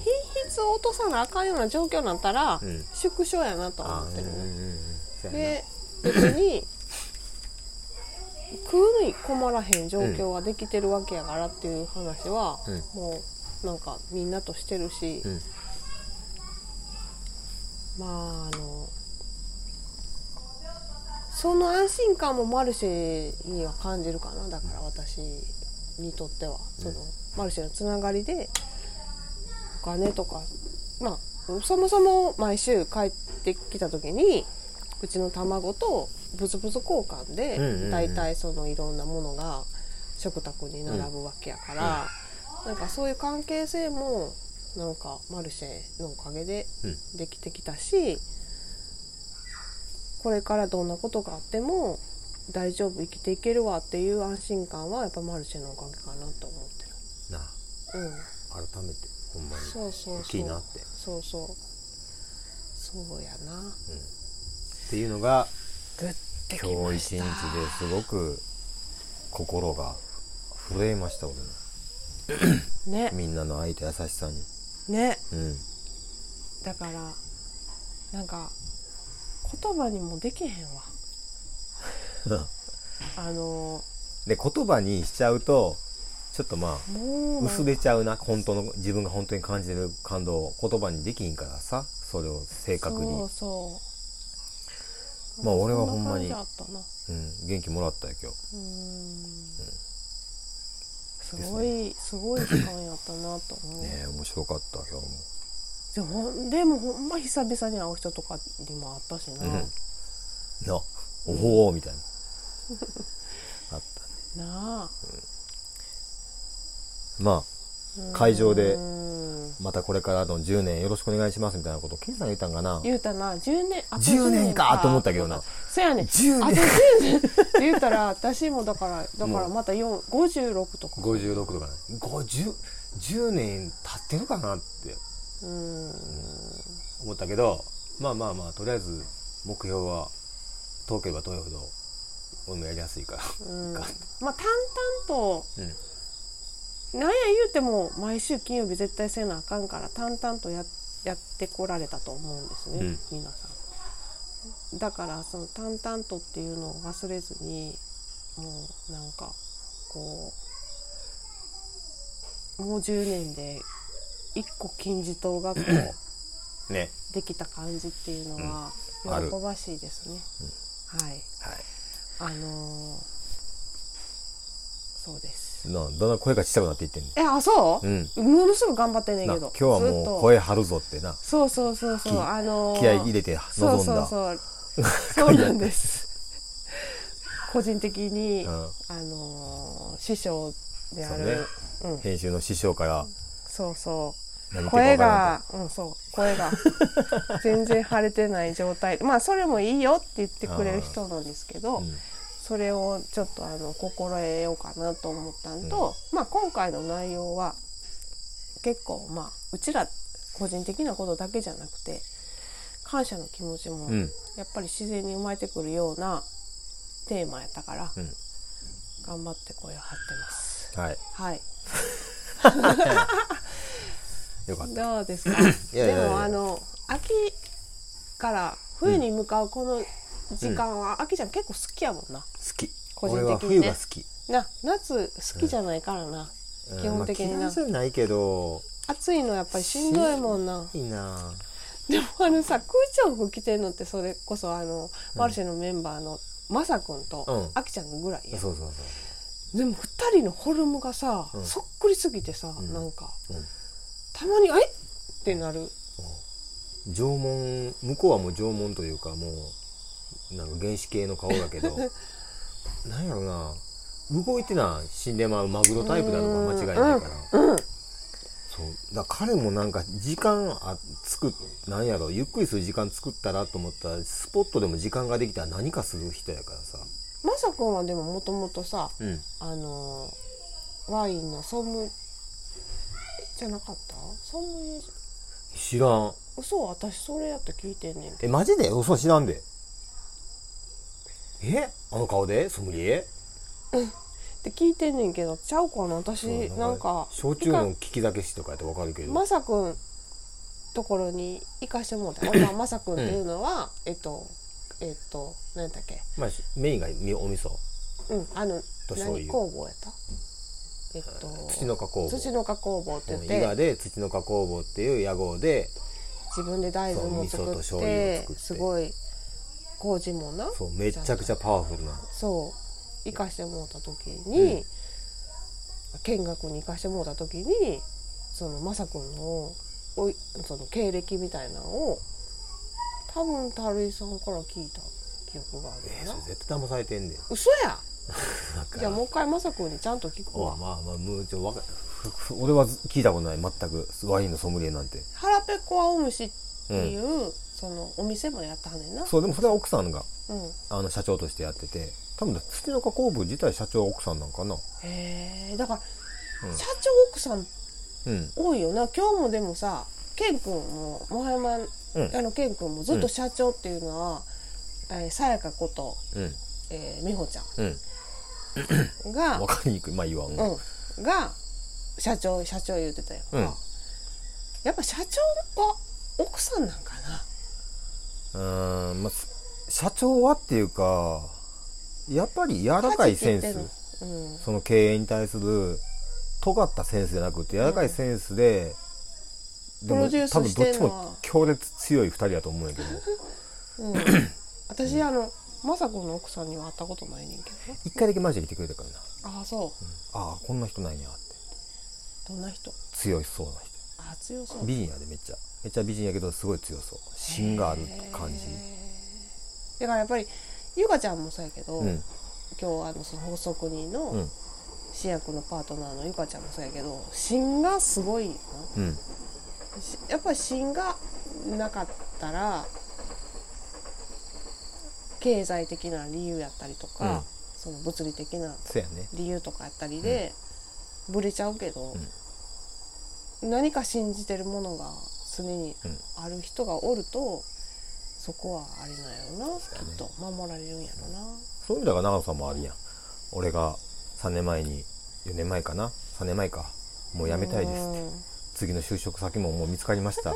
Speaker 2: 質を落とさなあかんような状況になったら
Speaker 1: うん
Speaker 2: 縮小やなとは
Speaker 1: あ
Speaker 2: 思っ
Speaker 1: ー
Speaker 2: て
Speaker 1: う
Speaker 2: る
Speaker 1: ん
Speaker 2: ね
Speaker 1: うんうんうんそやな
Speaker 2: で別に食うに困らへん状況はできてるわけやからっていう話は、
Speaker 1: うん
Speaker 2: もうなんかみんなとしてるし、
Speaker 1: うん
Speaker 2: まああのその安心感もマルシェには感じるかなだから私にとってはそのマルシェのつながりでお金とかまあそもそも毎週帰ってきた時にうちの卵とブツブツ交換
Speaker 1: うんうんう
Speaker 2: で
Speaker 1: ん
Speaker 2: 大体そのいろんなものが食卓に並ぶわけやから、なんかそういう関係性もなんかマルシェのおかげで
Speaker 1: うん
Speaker 2: できてきたし、これからどんなことがあっても大丈夫生きていけるわっていう安心感はやっぱマルシェのおかげかなと思って
Speaker 1: な
Speaker 2: るうん
Speaker 1: 改めてほんまに
Speaker 2: そうそうそう
Speaker 1: 大きいなって、
Speaker 2: そうそうそうやな
Speaker 1: うん、っていうのが
Speaker 2: グッてき
Speaker 1: 今
Speaker 2: ま
Speaker 1: 日
Speaker 2: し
Speaker 1: 一
Speaker 2: た
Speaker 1: 日ですごく心が震えました俺の
Speaker 2: ね
Speaker 1: みんなの愛と優しさに
Speaker 2: ね
Speaker 1: うん
Speaker 2: だからなんか言葉にもできへんわあの
Speaker 1: で言葉にしちゃうとちょっとまあ
Speaker 2: もうなん
Speaker 1: 薄れちゃうな本当の自分が本当に感じてる感動を言葉にできんからさそれを正確に
Speaker 2: そうそう
Speaker 1: まあ俺はほんまに
Speaker 2: そな感じあったな
Speaker 1: うん、元気もらったよ今日
Speaker 2: うーんすごいすごい時間やったなと思う、
Speaker 1: ねえ面白かった今日も
Speaker 2: でもほんでもほんま久々に会う人とかにもあったしな、
Speaker 1: うんなおおーみたいなあったね
Speaker 2: なあ
Speaker 1: まあ会場で
Speaker 2: うん
Speaker 1: またこれからの10年よろしくお願いしますみたいなことをケンさん言ったんかな
Speaker 2: 言うたな10年あと
Speaker 1: 10年かと思ったけどな
Speaker 2: そやね
Speaker 1: 10年
Speaker 2: あと10年って言うたら私もだからだからまた4 56とか
Speaker 1: 56とかね50 10年経ってるかなって
Speaker 2: うん
Speaker 1: 思ったけどまあまあまあとりあえず目標は遠ければ遠いほど俺もやりやすいから、
Speaker 2: うん
Speaker 1: か
Speaker 2: まあ淡々と
Speaker 1: うん
Speaker 2: なんや言うても毎週金曜日絶対せなあかんから淡々とややってこられたと思うんですね、
Speaker 1: うん
Speaker 2: 皆さん。だからその淡々とっていうのを忘れずにもうなんかこうもう10年で一個金字塔が こう
Speaker 1: ね
Speaker 2: できた感じっていうのは
Speaker 1: うんある
Speaker 2: 喜ばしいですね。は
Speaker 1: はい
Speaker 2: いあのーそうです。
Speaker 1: なだんだん声がちっちゃくなっていってんね
Speaker 2: えあそう、
Speaker 1: うん
Speaker 2: ものすごい頑張ってんねん
Speaker 1: な
Speaker 2: けど
Speaker 1: 今日は
Speaker 2: ずっ
Speaker 1: も
Speaker 2: と
Speaker 1: う声張るぞってな
Speaker 2: そうそうそうそうあのー
Speaker 1: 気合い入れて
Speaker 2: そ
Speaker 1: 臨
Speaker 2: うんそう
Speaker 1: だ
Speaker 2: そうそうなんです個人的に、
Speaker 1: うん
Speaker 2: あのー師匠であるう,、ん、
Speaker 1: 編集の師匠から
Speaker 2: そうそう
Speaker 1: 何言って
Speaker 2: 声
Speaker 1: るか分からん
Speaker 2: が、うん、そう声 が全然腫れてない状態まあそれもいいよって言ってくれる人なんですけ
Speaker 1: と
Speaker 2: ど、
Speaker 1: うん
Speaker 2: それをちょっとあの心得ようかなと思ったのと、まあ今回の内容は結構まあうちら個人的なことだけじゃなくて感謝の気持ちも
Speaker 1: うん
Speaker 2: やっぱり自然に生まれてくるようなテーマやったから、
Speaker 1: うん
Speaker 2: 頑張って声を張ってます。
Speaker 1: はい
Speaker 2: はい、
Speaker 1: よかった
Speaker 2: どうですか
Speaker 1: いやいやいや
Speaker 2: でもあの秋から冬に向かうこの時間は、秋ちゃん結構好きやもんな。
Speaker 1: 好き
Speaker 2: 個人的に
Speaker 1: 俺
Speaker 2: ね
Speaker 1: は冬が好き
Speaker 2: な夏好きじゃないからな、基本的に
Speaker 1: うんま
Speaker 2: な、
Speaker 1: あ、嫌いじゃないけど
Speaker 2: 暑いのやっぱりしんどいもんない
Speaker 1: いな
Speaker 2: でもあのさ空調服着てんのってそれこそあの、マルシェのメンバーのまさくんと
Speaker 1: うん
Speaker 2: あきちゃんぐらいや、
Speaker 1: そうそう
Speaker 2: でも2人のフォルムがさ、
Speaker 1: うん
Speaker 2: そっくりすぎてさ、
Speaker 1: ん
Speaker 2: なんか
Speaker 1: そう、
Speaker 2: たまに「あい!」ってなる
Speaker 1: うん、縄文向こうはもう縄文というかもうなんか原始系の顔だ けどなんやろな動いてな死んでまうマグロタイプだとか間違いないから、そうだから彼もなんか時間あつくなんやろゆっくりする時間作ったらと思ったらスポットでも時間ができたら何かする人やからさ
Speaker 2: まさくんはでももともとさ
Speaker 1: うん
Speaker 2: あのーワインのソムじゃなかったソム
Speaker 1: 知らん
Speaker 2: 嘘私それやって聞いてんねんけ
Speaker 1: えマジで嘘知らんでえあの顔でソムリエ
Speaker 2: どって聞いてんねんけどちゃうかな私なんか
Speaker 1: 焼酎の利き酒師とかやったらわかるけど
Speaker 2: まさくんところに行かしても うた俺はまさくんっていうのは、えっとえっと何やったっけ
Speaker 1: まあ、しメインがみお味噌
Speaker 2: うんあの
Speaker 1: と醤
Speaker 2: 何
Speaker 1: 油
Speaker 2: 工房やったえっと
Speaker 1: 土の加工房
Speaker 2: 土の加工房って言っ
Speaker 1: 伊賀
Speaker 2: て
Speaker 1: で土の加工房っていう屋号で
Speaker 2: 自分で大豆も
Speaker 1: そう味噌と
Speaker 2: 作っ
Speaker 1: 醤油を
Speaker 2: て
Speaker 1: 作って
Speaker 2: すごい工事もな
Speaker 1: そうめっちゃくちゃパワフルな
Speaker 2: そう行かしてもらった時に、見学に行かしてもらった時にそのまさくんのおいその経歴みたいなのを多分たるいさんから聞いた記憶があ
Speaker 1: えー、
Speaker 2: るな、
Speaker 1: それ絶対騙されてんねん
Speaker 2: 嘘や
Speaker 1: だか
Speaker 2: じゃあ
Speaker 1: ら
Speaker 2: もう一回まさくんにちゃんと聞く
Speaker 1: お
Speaker 2: わ
Speaker 1: うまあまあもうちょわか俺は聞いたことない全くワインのソムリエなんて
Speaker 2: 腹ペコ青虫っていう、そのお店もやったはんねんな
Speaker 1: そうでもそれは奥さんが
Speaker 2: うん
Speaker 1: あの社長としてやってて多分土の加工部自体社長は奥さんなんかな
Speaker 2: へえだから、
Speaker 1: うん
Speaker 2: 社長奥さん
Speaker 1: うん
Speaker 2: 多いよな今日もでもさケン君ももはやま
Speaker 1: うん
Speaker 2: あのケン君もずっと社長っていうのはえーさやかこと、
Speaker 1: うん
Speaker 2: えー、美穂ちゃ
Speaker 1: うん
Speaker 2: んが
Speaker 1: 分、かりにくいまあいいわうん
Speaker 2: うん、が社長社長言うてたやんか、
Speaker 1: うん
Speaker 2: やっぱ社長は奥さんなんかな
Speaker 1: ーんまあす社長はっていうかやっぱり柔らかいセン
Speaker 2: 家事
Speaker 1: ス
Speaker 2: って言ってんのうん
Speaker 1: その経営に対する尖ったセンスじゃなくて柔らかいセンスで、で
Speaker 2: プロ
Speaker 1: も
Speaker 2: デュース
Speaker 1: 多分どっち
Speaker 2: してんのは
Speaker 1: も強烈強い2人だと思うんやけど
Speaker 2: うん私、あの雅子の奥さんには会ったことないねんけどね
Speaker 1: 一回だけマジで来てくれたからな
Speaker 2: ああそう
Speaker 1: ああこんな人なんやって
Speaker 2: どんな人
Speaker 1: 強いそうな人
Speaker 2: あ強そう
Speaker 1: 美人やでめっちゃめっちゃ美人やけどすごい強そう芯がある感じ
Speaker 2: だからやっぱりゆかちゃんもそうやけど、
Speaker 1: うん
Speaker 2: 今日あのその法則人
Speaker 1: う
Speaker 2: の
Speaker 1: ん
Speaker 2: 主役のパートナーのゆかちゃんもそうやけど芯がすごいな
Speaker 1: うん
Speaker 2: しやっぱり芯がなかったら経済的な理由やったりとか、
Speaker 1: うん
Speaker 2: その物理的な
Speaker 1: そうやね
Speaker 2: 理由とかやったりで、ぶれちゃうけど、何か信じてるものが常に
Speaker 1: うん
Speaker 2: ある人がおるとそこはあれなんやろなきっと守られるんやろな。
Speaker 1: そういう意味だから長野さんもあるやん俺が3年前に4年前かな3年前かもう辞めたいですって次の就職先ももう見つかりました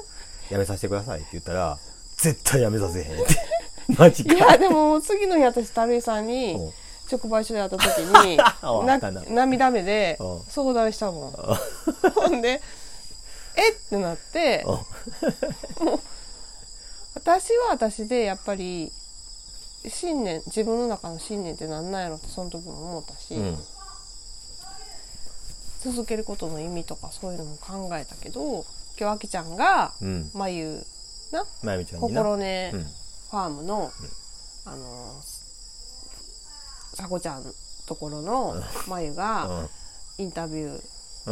Speaker 1: 辞めさせてくださいって言ったら絶対辞めさせへんって マジ
Speaker 2: うんい
Speaker 1: か
Speaker 2: やでも次の日私たるいさんに
Speaker 1: うん
Speaker 2: 直売所で会った時
Speaker 1: お
Speaker 2: に
Speaker 1: あったな
Speaker 2: な涙目で
Speaker 1: うん
Speaker 2: 相談したもん ほんで「えっ?」てなって
Speaker 1: うん
Speaker 2: 私は私でやっぱり信念自分の中の信念ってなんなんやろってその時も思ったし、
Speaker 1: うん
Speaker 2: 続けることの意味とかそういうのも考えたけど今日あきちゃんが
Speaker 1: うん
Speaker 2: 眉な
Speaker 1: まゆみちゃんにな
Speaker 2: 心根
Speaker 1: うん
Speaker 2: ファームの、あのさこちゃんところの眉
Speaker 1: うん
Speaker 2: がインタビュー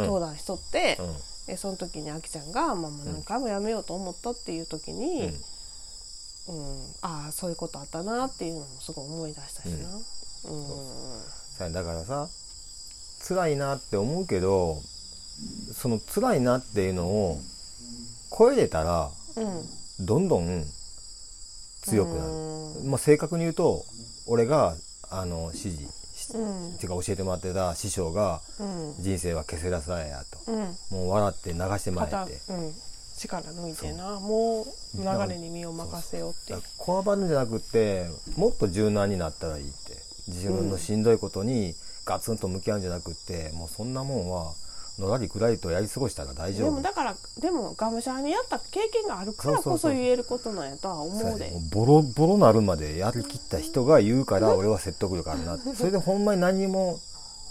Speaker 1: うん
Speaker 2: 登壇しとって、
Speaker 1: うん
Speaker 2: でその時にあきちゃんが「ママ何回もやめようと思った」っていう時に。
Speaker 1: うん
Speaker 2: うん、ああそういうことあったなっていうのもすごい思い出したしな。うん
Speaker 1: さだからさ辛いなって思うけどその辛いなっていうのを超えれたら
Speaker 2: うん
Speaker 1: どんどん強くなる
Speaker 2: う
Speaker 1: まあ、正確に言うと俺があの指示し、
Speaker 2: うん
Speaker 1: てか教えてもらってた師匠が
Speaker 2: うん
Speaker 1: 「人生は消せ出さないや」と
Speaker 2: うん
Speaker 1: 「もう笑って流してまえ」
Speaker 2: 肩、
Speaker 1: っ
Speaker 2: う
Speaker 1: て
Speaker 2: ん、力抜いてなもう流れに身を任せようって
Speaker 1: だからこわばるんじゃなくてもっと柔軟になったらいいって自分のしんどいことにガツンと向き合うんじゃなくてもうそんなもんはのらりくらりとやり過ごしたら大
Speaker 2: で
Speaker 1: 丈夫
Speaker 2: もだからでもがむしゃらにやった経験があるから
Speaker 1: そうそ
Speaker 2: こそ
Speaker 1: そ
Speaker 2: う
Speaker 1: う
Speaker 2: 言えることなんやとは思うで
Speaker 1: もうボロボロなるまでやりきった人が言うから俺は説得力あるな ってそれでほんまに何にも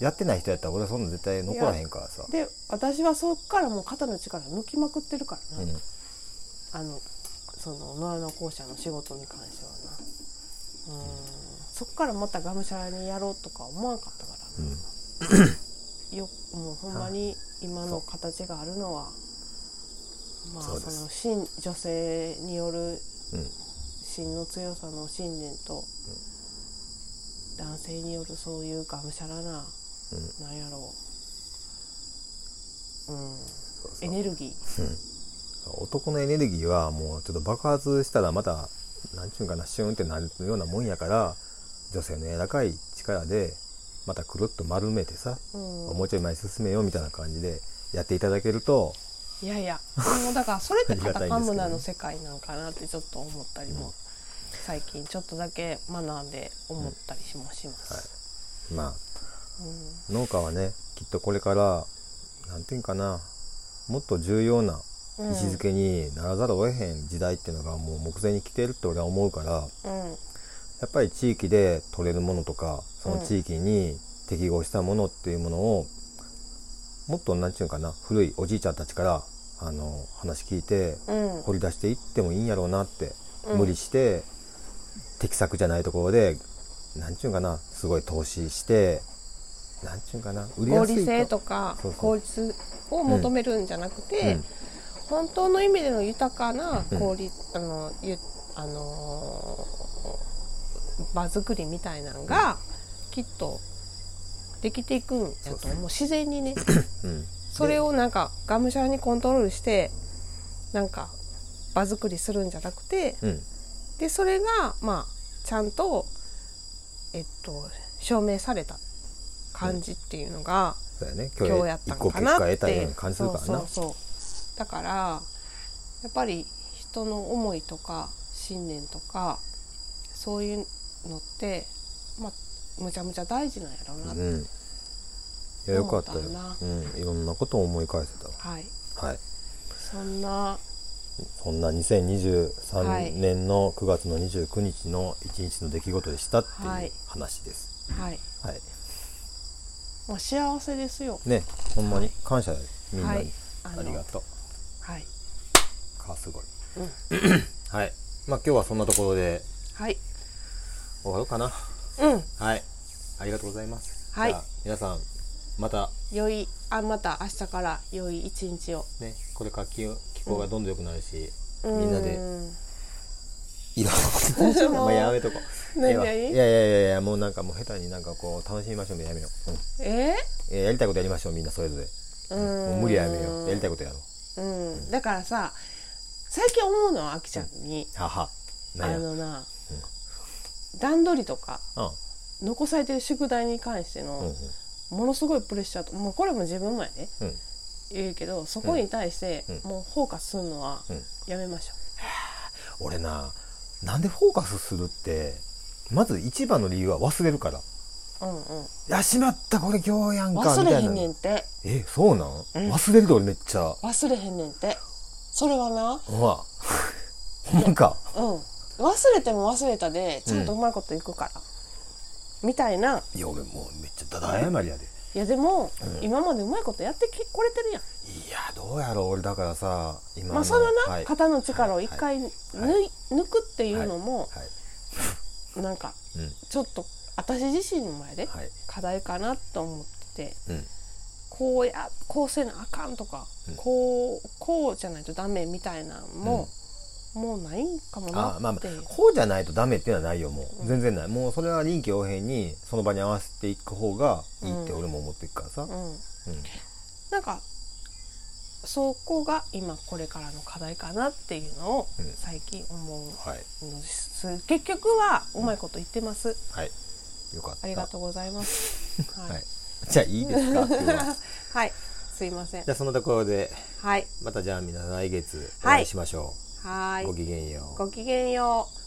Speaker 1: やってない人やったら俺はそんな絶対残らへんからさ、
Speaker 2: で私はそっからもう肩の力抜きまくってるからな、
Speaker 1: うん、
Speaker 2: あのその野良の校舎の仕事に関してはなうんそっからまたがむしゃらにやろうとか思わんかったからな、よもうほんまに今の形があるのはまあ
Speaker 1: そう
Speaker 2: そ
Speaker 1: です
Speaker 2: の信女性による
Speaker 1: うん
Speaker 2: 芯の強さの信念と、男性によるそういうがむしゃらな、なんやろう、う
Speaker 1: う
Speaker 2: ん、エネルギ
Speaker 1: 男のエネルギーはもうちょっと爆発したらまた何ちゅうんかなシュンってなるようなもんやから女性の柔らかい力でまたくるっと丸めてさ、
Speaker 2: うん
Speaker 1: もうちょい前に進めようみたいな感じでやっていただけると
Speaker 2: ーいやいやもうだからそれってカタカムナ
Speaker 1: ありがたいん
Speaker 2: の
Speaker 1: です
Speaker 2: 世界なんかなってちょっと思ったりも、最近ちょっとだけ学んで思ったりもします。
Speaker 1: まあ、農家はねきっとこれから何ていうんかなもっと重要な位置づけにならざるを得へん時代っていうのがもう目前に来てるって俺は思うから
Speaker 2: うん、うん
Speaker 1: やっぱり地域で取れるものとかその地域に適合したものっていうものを、もっと何て言うのかな古いおじいちゃんたちからあの話聞いて
Speaker 2: うん
Speaker 1: 掘り出していってもいいんやろうなって、
Speaker 2: うん
Speaker 1: 無理して適作じゃないところで何て言うのかなすごい投資して何て言うのかな売り
Speaker 2: 合
Speaker 1: やすい
Speaker 2: 理性とか
Speaker 1: そうそう
Speaker 2: 効率を求めるんじゃなくて、
Speaker 1: うん
Speaker 2: 本当の意味での豊かな
Speaker 1: うん
Speaker 2: 効率、あのゆあのー場作りみたいなのがきっとできていくんやと思う自然にね
Speaker 1: うん、
Speaker 2: それをなんかがむしゃらにコントロールしてなんか場作りするんじゃなくて
Speaker 1: うん
Speaker 2: でそれがまあちゃんとえっと証明された感じっていうのが、
Speaker 1: そうやね
Speaker 2: 今
Speaker 1: 今日
Speaker 2: 日や
Speaker 1: や
Speaker 2: った
Speaker 1: 一
Speaker 2: ん
Speaker 1: 個
Speaker 2: か
Speaker 1: 結
Speaker 2: な
Speaker 1: 果
Speaker 2: って
Speaker 1: 得たように感じるからな
Speaker 2: そうそうそうだからやっぱり人の思いとか信念とかそういうのってまあむちゃむちゃ大事なんやろうな、
Speaker 1: うんいやよかったよ
Speaker 2: 思ったな
Speaker 1: うん、いろんなことを思い返せたわ
Speaker 2: はい
Speaker 1: はい
Speaker 2: そんな
Speaker 1: そんな2023年の9月の29日の1日の出来事でしたって
Speaker 2: はいいう
Speaker 1: 話です。
Speaker 2: はい
Speaker 1: はい。
Speaker 2: もう幸せですよ
Speaker 1: ね、ほんまに感謝だよみんなに、
Speaker 2: はいあの
Speaker 1: ありがとう。
Speaker 2: はい
Speaker 1: かすごい。 はい。まあ今日はそんなところで
Speaker 2: はい
Speaker 1: 終わろうかな。
Speaker 2: うん
Speaker 1: はい。ありがとうございます。
Speaker 2: はい
Speaker 1: じゃあ皆さんまた
Speaker 2: 良いあまた明日から良い一日を
Speaker 1: ねこれから気温気候がどんどん良くなるし、
Speaker 2: う
Speaker 1: みんなでいろんなこと
Speaker 2: 私
Speaker 1: も
Speaker 2: も
Speaker 1: うやめとこう。
Speaker 2: 何
Speaker 1: ええわ
Speaker 2: 何
Speaker 1: いやいやいやいやもうなんかもう下手になんかこう楽しみましょうみたいなやめよう。うん
Speaker 2: え
Speaker 1: えーやりたいことやりましょうみんなそれぞれ
Speaker 2: う
Speaker 1: もう無理はやめようやりたいことやろう
Speaker 2: うんだからさ最近思うのはあきちゃんに、
Speaker 1: はは
Speaker 2: あ
Speaker 1: 何や
Speaker 2: のな、段取りとか
Speaker 1: うん
Speaker 2: 残されてる宿題に関して
Speaker 1: うん
Speaker 2: のものすごいプレッシャーともうこれも自分もやね
Speaker 1: うんうん
Speaker 2: 言うけどそこに対して
Speaker 1: うん
Speaker 2: もうフォーカスするのは
Speaker 1: うん
Speaker 2: やめましょ、
Speaker 1: 俺ななんでフォーカスするってまず一番の理由は忘れるからいう
Speaker 2: うんうん、
Speaker 1: やしまったこれ今日やんか
Speaker 2: 忘
Speaker 1: み
Speaker 2: れ
Speaker 1: た
Speaker 2: へ
Speaker 1: い
Speaker 2: んねん
Speaker 1: な
Speaker 2: て
Speaker 1: えそうなん忘れるで俺めっちゃ
Speaker 2: 忘れへんねんてそれはな
Speaker 1: ほんまほ んまか
Speaker 2: うん忘れても忘れたでちゃんとうまいこといくから、みたいない
Speaker 1: や俺もうめっちゃだだ謝りやで
Speaker 2: いやでも、今までうまいことやってきこれてるやん
Speaker 1: いやどうやろう俺だからさ今
Speaker 2: まあ、そのな、
Speaker 1: はい
Speaker 2: 肩の力を一回抜,、
Speaker 1: はい
Speaker 2: 抜くっていうのも、
Speaker 1: はい
Speaker 2: なんか
Speaker 1: うん
Speaker 2: ちょっと私自身の前で
Speaker 1: はい
Speaker 2: 課題かなと思ってて
Speaker 1: うん
Speaker 2: こうやこうせなあかんとか、
Speaker 1: うん
Speaker 2: こうこうじゃないとダメみたいなのも、もうないんかもなっ
Speaker 1: あ
Speaker 2: て
Speaker 1: まあまあこうじゃないとダメっていうのはないよもう、全然ないもうそれは臨機応変にその場に合わせていく方がいいって
Speaker 2: うん
Speaker 1: 俺も思っていくからさ、うん
Speaker 2: うん、なんかそこが今これからの課題かなっていうのを
Speaker 1: うん
Speaker 2: 最近思
Speaker 1: はい、
Speaker 2: うのです、結局はうまいこと言ってます、
Speaker 1: はい、よかった
Speaker 2: ありがとうございます、
Speaker 1: はい、じゃあいいです か今日は
Speaker 2: はい、すいません
Speaker 1: じゃ。あそのところで
Speaker 2: はい、
Speaker 1: またじゃあ皆さん来月お会いしましょう、
Speaker 2: はー
Speaker 1: ご
Speaker 2: い、
Speaker 1: きげんよう
Speaker 2: ごきげんよう。